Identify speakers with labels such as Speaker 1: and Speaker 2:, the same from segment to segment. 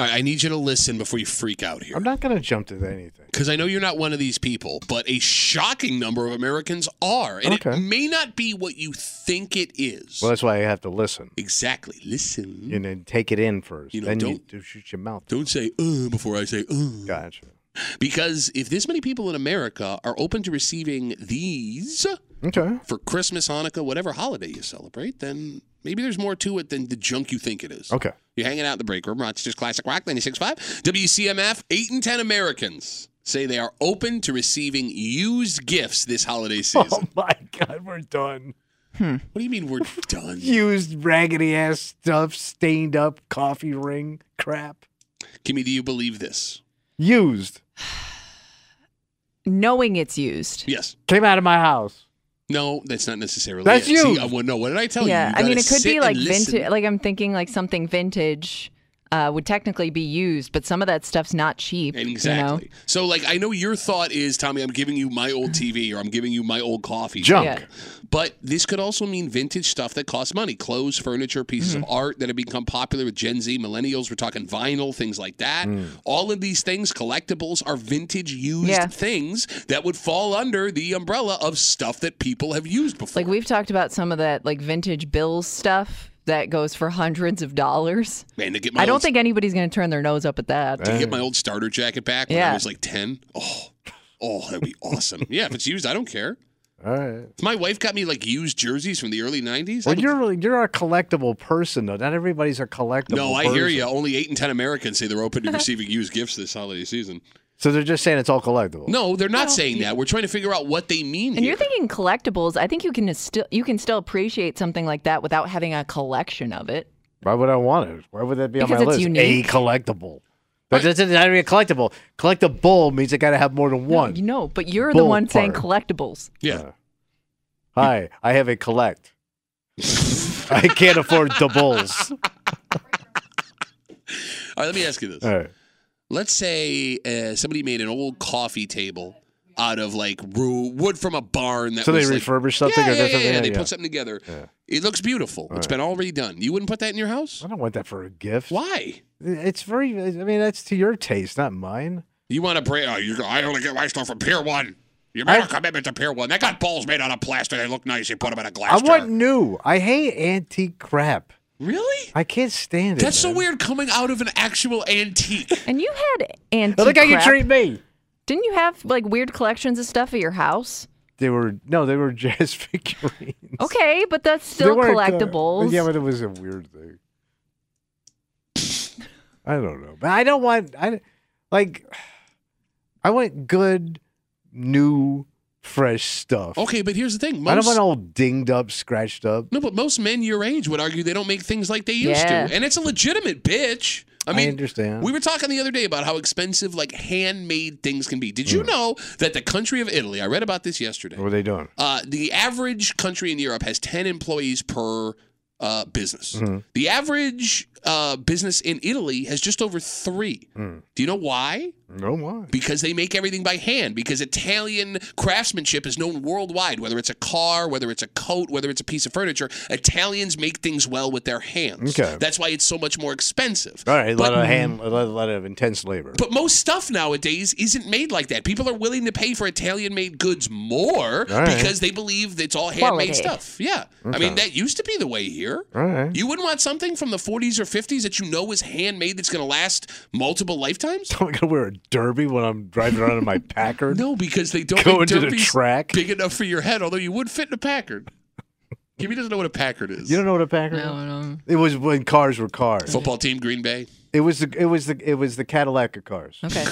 Speaker 1: All right, I need you to listen before you freak out here.
Speaker 2: I'm not going to jump to anything.
Speaker 1: Because I know you're not one of these people, but a shocking number of Americans are. And
Speaker 2: Okay.
Speaker 1: it may not be what you think it is.
Speaker 2: Well, that's why I have to listen
Speaker 1: exactly. Listen.
Speaker 2: and then take it in first.
Speaker 1: You know,
Speaker 2: then you
Speaker 1: don't-
Speaker 2: do shoot your mouth.
Speaker 1: Don't say, uh, before I say, uh.
Speaker 2: Gotcha.
Speaker 1: Because if this many people in America are open to receiving these
Speaker 2: Okay.
Speaker 1: for Christmas, Hanukkah, whatever holiday you celebrate, then maybe there's more to it than the junk you think it is.
Speaker 2: Okay.
Speaker 1: You're hanging out in the break room. Rochester's Classic Rock 96.5. WCMF, 8 and 10 Americans say they are open to receiving used gifts this holiday season.
Speaker 2: Oh my God, we're done.
Speaker 1: What do you mean we're done?
Speaker 2: Used raggedy ass stuff, stained up coffee ring crap.
Speaker 1: Kimmy, do you believe this?
Speaker 2: Used.
Speaker 3: Knowing it's used.
Speaker 1: Yes.
Speaker 2: Came out of my house.
Speaker 1: No, that's not necessarily.
Speaker 2: That's
Speaker 1: it. See,
Speaker 2: you.
Speaker 1: I- well, no, what did I tell
Speaker 3: yeah,
Speaker 1: you?
Speaker 3: I
Speaker 1: You
Speaker 3: mean,
Speaker 1: gotta
Speaker 3: it could
Speaker 1: sit
Speaker 3: be
Speaker 1: and
Speaker 3: like
Speaker 1: listen.
Speaker 3: vintage. Like I'm thinking, like something vintage uh, would technically be used, but some of that stuff's not cheap. you know?
Speaker 1: Exactly. So, like, I know your thought is, Tommy, I'm giving you my old TV or I'm giving you my old coffee.
Speaker 2: Junk.
Speaker 3: Yeah.
Speaker 1: But this could also mean vintage stuff that costs money clothes, furniture, pieces
Speaker 3: Mm-hmm.
Speaker 1: of art that have become popular with Gen Z, millennials. We're talking vinyl, things like that. All of these things, collectibles, are vintage used
Speaker 3: Mm. Yeah.
Speaker 1: things that would fall under the umbrella of stuff that people have used before.
Speaker 3: Like we've talked about some of that like vintage bills stuff that goes for hundreds of dollars.
Speaker 1: Man, to get my
Speaker 3: I don't
Speaker 1: old-
Speaker 3: think anybody's going to turn their nose up at that.
Speaker 1: to get my old starter jacket back when I
Speaker 3: Yeah.
Speaker 1: was like 10. Oh, oh, that'd be awesome. yeah, if it's used, I don't care.
Speaker 2: All right.
Speaker 1: My wife got me like used jerseys from the early 90s. I
Speaker 2: Well,
Speaker 1: don't-
Speaker 2: you're really, you're a collectible person though. Not everybody's a collectible.
Speaker 1: no, I hear
Speaker 2: person.
Speaker 1: you. Only 8 and 10 Americans say they're open to receiving used gifts this holiday season.
Speaker 2: So they're just saying it's all collectible.
Speaker 1: No, they're not saying that. We're trying to figure out what they mean
Speaker 3: And
Speaker 1: here.
Speaker 3: you're thinking collectibles. I think you can still you can still appreciate something like that without having a collection of it.
Speaker 2: Why would I want it? Why would that be on
Speaker 3: Because
Speaker 2: my
Speaker 3: it's
Speaker 2: list?
Speaker 3: unique.
Speaker 2: A collectible. But that's not even a collectible. Collectible means it got to have more than one.
Speaker 3: You know, but you're the
Speaker 2: Bull
Speaker 3: one saying
Speaker 2: part.
Speaker 3: collectibles.
Speaker 1: yeah.
Speaker 2: Hi, I have a collect. I can't afford the bulls.
Speaker 1: All right, let me ask you this.
Speaker 2: All right.
Speaker 1: Let's say uh, somebody made an old coffee table out of like ru- wood from a barn that
Speaker 2: So they
Speaker 1: was like-
Speaker 2: refurbish something
Speaker 1: yeah,
Speaker 2: or
Speaker 1: yeah, yeah,
Speaker 2: something?
Speaker 1: yeah,
Speaker 2: Yeah,
Speaker 1: they
Speaker 2: yeah.
Speaker 1: put something together. It looks beautiful. It's been all redone. You wouldn't put that in your house?
Speaker 2: I don't want that for a gift.
Speaker 1: Why?
Speaker 2: It's very. I mean, that's to your taste, not mine.
Speaker 1: You want to bring? Oh, you, I only get my stuff from Pier One. You made a
Speaker 2: I-
Speaker 1: commitment to Pier One. They got balls made out of plaster. They look nice. You put them in a glass
Speaker 2: I
Speaker 1: jar.
Speaker 2: want new. I hate antique crap.
Speaker 1: really?
Speaker 2: I can't stand it.
Speaker 1: That's so
Speaker 2: man.
Speaker 1: weird coming out of an actual antique.
Speaker 3: And you had antique.
Speaker 2: Now look how you
Speaker 3: crap.
Speaker 2: treat me.
Speaker 3: Didn't you have like weird collections of stuff at your house?
Speaker 2: They were no, they were jazz figurines.
Speaker 3: Okay, but that's
Speaker 2: They
Speaker 3: still
Speaker 2: weren't, uh,
Speaker 3: collectibles.
Speaker 2: yeah, but it was a weird thing. I don't know, but I don't want. I like. I want good, new, fresh stuff.
Speaker 1: okay, but here's the thing. Most,
Speaker 2: I don't want all dinged up, scratched up.
Speaker 1: no, but most men your age would argue they don't make things like they used
Speaker 3: Yeah.
Speaker 1: to, and it's a legitimate bitch. I
Speaker 2: I
Speaker 1: mean,
Speaker 2: understand.
Speaker 1: We were talking the other day about how expensive like handmade things can be. Did you
Speaker 2: Mm.
Speaker 1: know that the country of Italy? I read about this yesterday.
Speaker 2: What were they doing?
Speaker 1: Uh, the average country in Europe has 10 employees per uh, business.
Speaker 2: Mm-hmm. Mm.
Speaker 1: The average uh, business in Italy has just over three. Do you know why?
Speaker 2: No why?
Speaker 1: because they make everything by hand because Italian craftsmanship is known worldwide whether it's a car whether it's a coat whether it's a piece of furniture Italians make things well with their hands
Speaker 2: Okay.
Speaker 1: that's why it's so much more expensive
Speaker 2: All right, a lot
Speaker 1: But-
Speaker 2: of hand, a lot, a lot of intense labor.
Speaker 1: but most stuff nowadays isn't made like that. People are willing to pay for Italian made goods more
Speaker 2: All right.
Speaker 1: because they believe that it's all handmade
Speaker 3: Quality.
Speaker 1: stuff. Yeah. I mean, that used to be the way here.
Speaker 2: All right.
Speaker 1: You wouldn't want something from the 40s or 50s that you know is handmade that's going to last multiple lifetimes?
Speaker 2: Am I gonna wear a derby when I'm driving around in my Packard?
Speaker 1: No, because they don't
Speaker 2: Go
Speaker 1: make
Speaker 2: into the
Speaker 1: derbies
Speaker 2: track.
Speaker 1: big enough for your head, although you would fit in a Packard. Kimmy doesn't know what a Packard is.
Speaker 2: You don't know what a Packard? is? It was when cars were cars.
Speaker 1: Football team, Green Bay.
Speaker 2: It was the it was the it was the Cadillac of cars.
Speaker 3: Okay.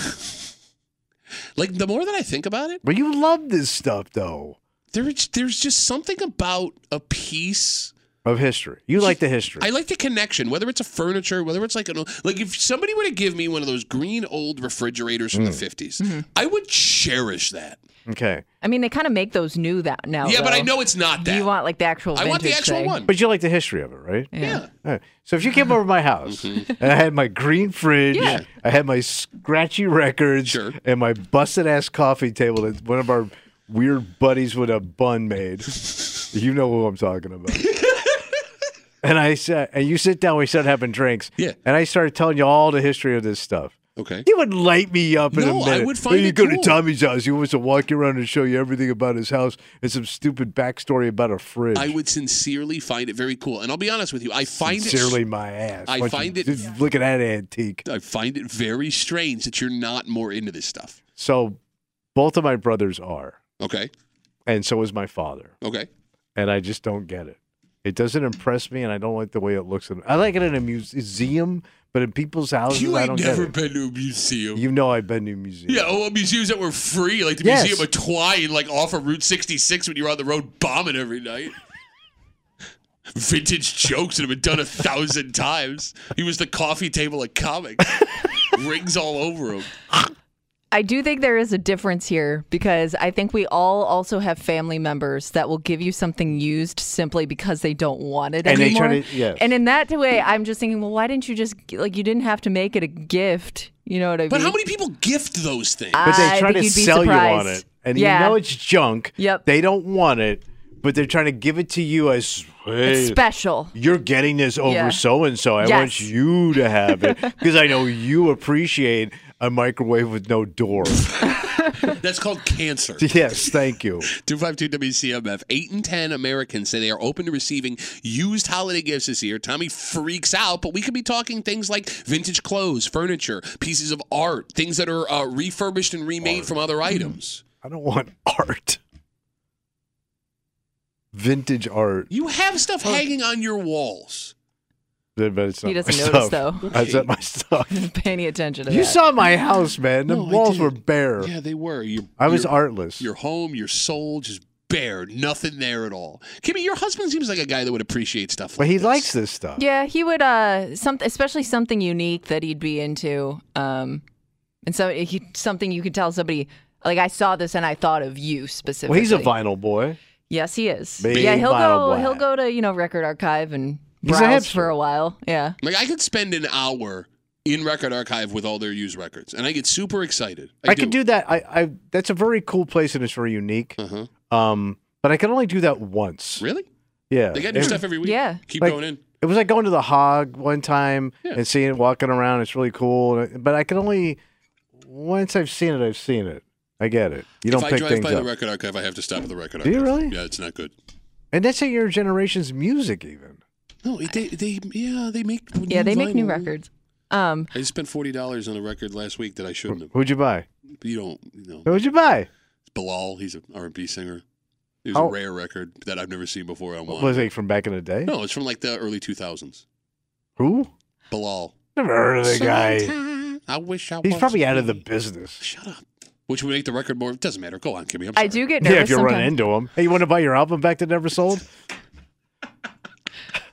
Speaker 1: Like, the more that I think about it,
Speaker 2: But you love this stuff though
Speaker 1: there's, there's just something about a piece
Speaker 2: of history. You like the history.
Speaker 1: I like the connection, whether it's a furniture, whether it's like an old, like if somebody were to give me one of those green old refrigerators from
Speaker 2: Mm.
Speaker 1: the 50s,
Speaker 3: Mm-hmm.
Speaker 1: I would cherish that.
Speaker 2: okay,
Speaker 3: I mean, they kind of make those new that now.
Speaker 1: yeah, but I
Speaker 3: though.
Speaker 1: know it's not that.
Speaker 3: Oh, You want like the actual.
Speaker 1: I want the
Speaker 3: vintage
Speaker 1: actual
Speaker 3: thing.
Speaker 1: one.
Speaker 2: but you like the history of it, right?
Speaker 1: yeah.
Speaker 2: All right. So if you came over to my house
Speaker 1: Mm-hmm.
Speaker 2: and I had my green fridge,
Speaker 3: Yeah.
Speaker 2: I had my scratchy records,
Speaker 1: Sure.
Speaker 2: and my busted ass coffee table that one of our weird buddies with a bun made. you know who I'm talking about. and I said, and you sit down, we start having drinks.
Speaker 1: Yeah.
Speaker 2: And I started telling you all the history of this stuff.
Speaker 1: Okay.
Speaker 2: You would light me up in a
Speaker 1: No, I
Speaker 2: minute.
Speaker 1: would find
Speaker 2: Hey, you
Speaker 1: it
Speaker 2: go to
Speaker 1: cool.
Speaker 2: Tommy's house. He wants to walk you around and show you everything about his house and some stupid backstory about a fridge.
Speaker 1: I would sincerely find it very cool. And I'll be honest with you, I find
Speaker 2: Sincerely,
Speaker 1: it
Speaker 2: my ass.
Speaker 1: I
Speaker 2: Why don't you-
Speaker 1: find it-
Speaker 2: just looking at an antique.
Speaker 1: I find it very strange that you're not more into this stuff.
Speaker 2: So, both of my brothers are,
Speaker 1: Okay.
Speaker 2: and so is my father.
Speaker 1: Okay.
Speaker 2: And I just don't get it. It doesn't impress me, and I don't like the way it looks. I like it in a museum, but in people's houses,
Speaker 1: You
Speaker 2: Oh, I
Speaker 1: ain't
Speaker 2: don't
Speaker 1: never
Speaker 2: get it.
Speaker 1: been to a museum.
Speaker 2: You know, I've been to museums.
Speaker 1: yeah, oh, well, museums that were free, like the
Speaker 2: Yes.
Speaker 1: Museum of Twine, like off of Route 66 when you were on the road bombing every night. Vintage jokes that have been done a thousand times. He was the coffee table of comics. Rings all over him.
Speaker 3: I do think there is a difference here because I think we all also have family members that will give you something used simply because they don't want it
Speaker 2: And they
Speaker 3: anymore.
Speaker 2: turn it- yes.
Speaker 3: And in that way, I'm just thinking, well, why didn't you just like you didn't have to make it a gift? You know what I
Speaker 1: But
Speaker 3: mean?
Speaker 1: how many people gift those things?
Speaker 3: I-
Speaker 2: but they
Speaker 3: I
Speaker 2: try
Speaker 3: think
Speaker 2: to
Speaker 3: you'd be
Speaker 2: sell you on
Speaker 3: surprised.
Speaker 2: it, and
Speaker 3: Yeah.
Speaker 2: you know it's junk.
Speaker 3: Yep.
Speaker 2: They don't want it, but they're trying to give it to you as
Speaker 3: It's
Speaker 2: hey,
Speaker 3: special.
Speaker 2: you're getting this
Speaker 3: Yeah.
Speaker 2: over so and so. I want
Speaker 3: Yes.
Speaker 2: you to have it because I know you appreciate a microwave with no door.
Speaker 1: That's called cancer.
Speaker 2: yes, thank you.
Speaker 1: 252 WCMF. 8 and 10 Americans say they are open to receiving used holiday gifts this year. Tommy freaks out, but we could be talking things like vintage clothes, furniture, pieces of art, things that are uh, refurbished and remade from other items.
Speaker 2: I don't want art. Vintage art,
Speaker 1: You have stuff hanging on your walls.
Speaker 2: but it's not
Speaker 3: He doesn't
Speaker 2: my
Speaker 3: notice,
Speaker 2: stuff.
Speaker 3: though.
Speaker 2: That's not my stuff.
Speaker 3: Pay any attention to
Speaker 2: You
Speaker 3: that.
Speaker 2: saw my house, man. The
Speaker 1: No, I
Speaker 2: walls
Speaker 1: did.
Speaker 2: were bare.
Speaker 1: Yeah, they were. You,
Speaker 2: I was
Speaker 1: your,
Speaker 2: artless.
Speaker 1: Your home, your soul, just bare. Nothing there at all. Kimmy, your husband seems like a guy that would appreciate stuff like
Speaker 2: But he
Speaker 1: this.
Speaker 2: likes this stuff.
Speaker 3: yeah, he would uh some especially something unique that he'd be into. Um and so he, something you could tell somebody like I saw this and I thought of you specifically.
Speaker 2: Well, he's a vinyl boy.
Speaker 3: Yes, he is.
Speaker 2: Big
Speaker 3: yeah, he'll
Speaker 2: bottle
Speaker 3: go.
Speaker 2: black.
Speaker 3: He'll go to you know record archive and
Speaker 2: He's a
Speaker 3: browse
Speaker 2: hipster.
Speaker 3: for a while. Yeah,
Speaker 1: Like I could spend an hour in Record Archive with all their used records, and I get super excited.
Speaker 2: I, can do that. I, I that's a very cool place and it's very unique.
Speaker 1: Uh-huh.
Speaker 2: Um, but I can only do that once.
Speaker 1: Really?
Speaker 2: Yeah,
Speaker 1: They got new
Speaker 2: it,
Speaker 1: stuff every week.
Speaker 3: Yeah.
Speaker 1: Keep
Speaker 2: Like-
Speaker 1: going in.
Speaker 2: It was like going to the Hog one time
Speaker 1: Yeah.
Speaker 2: and seeing it walking around. It's really cool. and- But I can only once I've seen it. I've seen it. I get it. You don't
Speaker 1: if I
Speaker 2: pick
Speaker 1: drive
Speaker 2: things
Speaker 1: by
Speaker 2: up,
Speaker 1: the Record Archive, I have to stop at the Record
Speaker 2: Do
Speaker 1: Archive.
Speaker 2: you really?
Speaker 1: Yeah, it's not good.
Speaker 2: and that's in your generation's music. Even
Speaker 1: No, it- they, they yeah they make
Speaker 3: yeah. They make new
Speaker 1: vinyl.
Speaker 3: records. Um,
Speaker 1: I just spent forty dollars on a record last week that I shouldn't have.
Speaker 2: who'd you buy?
Speaker 1: You don't you know
Speaker 2: Who'd you buy?
Speaker 1: Bilal. He's an R and B singer. It was
Speaker 2: How-
Speaker 1: a rare record that I've never seen before on one.
Speaker 2: Was it from back in the day?
Speaker 1: No, it's from like the early two thousands.
Speaker 2: Who?
Speaker 1: Bilal.
Speaker 2: Never heard of the guy.
Speaker 1: Sometime I wish I.
Speaker 2: He's
Speaker 1: was
Speaker 2: probably out of the
Speaker 1: me.
Speaker 2: business.
Speaker 1: Shut up. Which would make the record more. It doesn't matter. Go on, Kimmy. I'm sorry.
Speaker 3: I do get nervous.
Speaker 2: Yeah, if you run
Speaker 3: sometimes.
Speaker 2: into him. Hey, you want to buy your album back that never sold?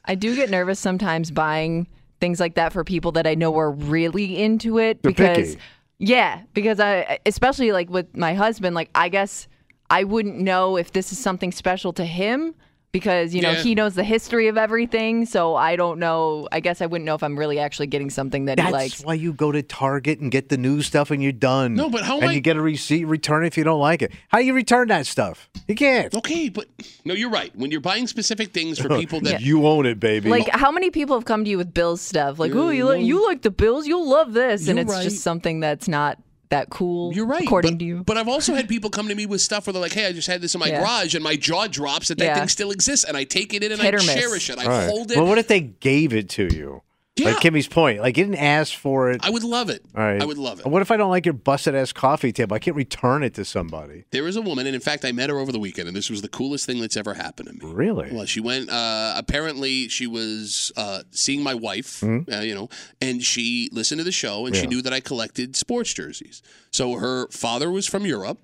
Speaker 3: I do get nervous sometimes buying things like that for people that I know are really into it
Speaker 2: They're
Speaker 3: because
Speaker 2: picky.
Speaker 3: yeah, because I especially like with my husband, like I guess I wouldn't know if this is something special to him, because you know
Speaker 1: Yeah.
Speaker 3: he knows the history of everything. So I don't know. I guess I wouldn't know if I'm really actually getting something that
Speaker 2: That's
Speaker 3: he likes.
Speaker 2: why you go to Target and get the new stuff and you're done.
Speaker 1: No, but how am
Speaker 2: And
Speaker 1: I-
Speaker 2: you get a receipt, return it if you don't like it. How do you return that stuff? You can't.
Speaker 1: Okay, but no, you're right. When you're buying specific things for people that
Speaker 2: You own it, baby.
Speaker 3: Like how many people have come to you with Bills stuff? Like, oh, you, li- you like the Bills? You'll love this, and
Speaker 1: You're
Speaker 3: it's
Speaker 1: right.
Speaker 3: just something that's not that cool.
Speaker 1: You're right.
Speaker 3: according
Speaker 1: but,
Speaker 3: to you.
Speaker 1: but I've also had people come to me with stuff where they're like, "Hey, I just had this in my
Speaker 3: Yeah.
Speaker 1: garage, and my jaw drops that that
Speaker 3: Yeah.
Speaker 1: thing still exists, and I take it in and
Speaker 3: Hit
Speaker 1: I
Speaker 3: or miss.
Speaker 1: cherish it. I
Speaker 2: All right.
Speaker 1: hold it.
Speaker 2: Well, what if they gave it to you?
Speaker 1: Yeah.
Speaker 2: Like Kimmy's point. Like you didn't ask for it.
Speaker 1: I would love it.
Speaker 2: All right.
Speaker 1: I would love it.
Speaker 2: What if I don't like your busted ass coffee table? I can't return it to somebody.
Speaker 1: There is a woman, and in fact, I met her over the weekend, and this was the coolest thing that's ever happened to me.
Speaker 2: Really?
Speaker 1: Well, she went. Uh, apparently, she was uh, seeing my wife. Uh, you know, and she listened to the show, and she
Speaker 2: Mm-hmm. Yeah.
Speaker 1: knew that I collected sports jerseys. So her father was from Europe,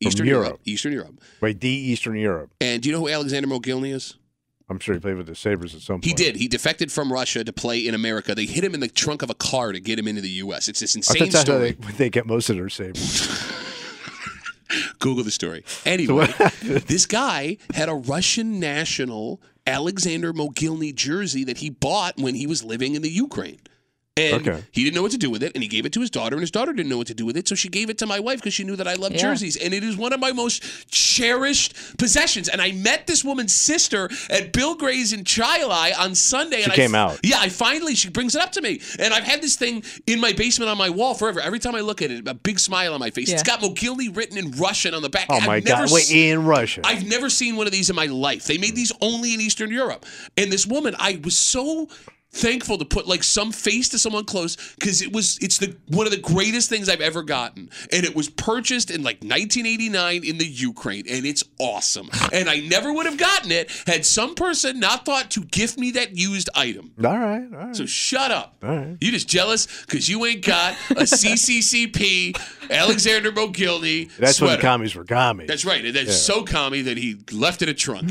Speaker 2: From
Speaker 1: Eastern
Speaker 2: Europe.
Speaker 1: Eastern Europe.
Speaker 2: Wait, D Eastern Europe.
Speaker 1: And do you know who Alexander Mogilny is?
Speaker 2: I'm sure he played with the Sabres at some point.
Speaker 1: He did. He defected from Russia to play in America. They hit him in the trunk of a car to get him into the U.S. It's this
Speaker 2: I thought
Speaker 1: insane
Speaker 2: that's how
Speaker 1: story.
Speaker 2: they, they get most of their Sabres.
Speaker 1: Google the story. Anyway, this guy had a Russian national Alexander Mogilny jersey that he bought when he was living in the Ukraine. And
Speaker 2: Okay.
Speaker 1: he didn't know what to do with it, and he gave it to his daughter, and his daughter didn't know what to do with it, so she gave it to my wife because she knew that I loved
Speaker 3: Yeah.
Speaker 1: jerseys, and it is one of my most cherished possessions. And I met this woman's sister at Bill Gray's in Chilai on Sunday. and I
Speaker 2: came
Speaker 1: f-
Speaker 2: out.
Speaker 1: yeah, I finally she brings it up to me, and I've had this thing in my basement on my wall forever. Every time I look at it, a big smile on my face. It's
Speaker 3: Yeah.
Speaker 1: got Mogilny written in Russian on the back.
Speaker 2: Oh
Speaker 1: I've
Speaker 2: my
Speaker 1: never
Speaker 2: god! Wait,
Speaker 1: se-
Speaker 2: in Russia.
Speaker 1: I've never seen one of these in my life. They made these only in Eastern Europe. And this woman, I was so thankful to put like some face to someone close because it was it's the one of the greatest things I've ever gotten. And it was purchased in like 1989 in the Ukraine, and it's awesome. and I never would have gotten it had some person not thought to gift me that used item.
Speaker 2: all right, all right.
Speaker 1: So shut up.
Speaker 2: right.
Speaker 1: You just jealous because you ain't got a CCCP Alexander Mogilny
Speaker 2: that's
Speaker 1: sweater.
Speaker 2: when commies were commies.
Speaker 1: That's right. And That's so commie that he left it a trunk.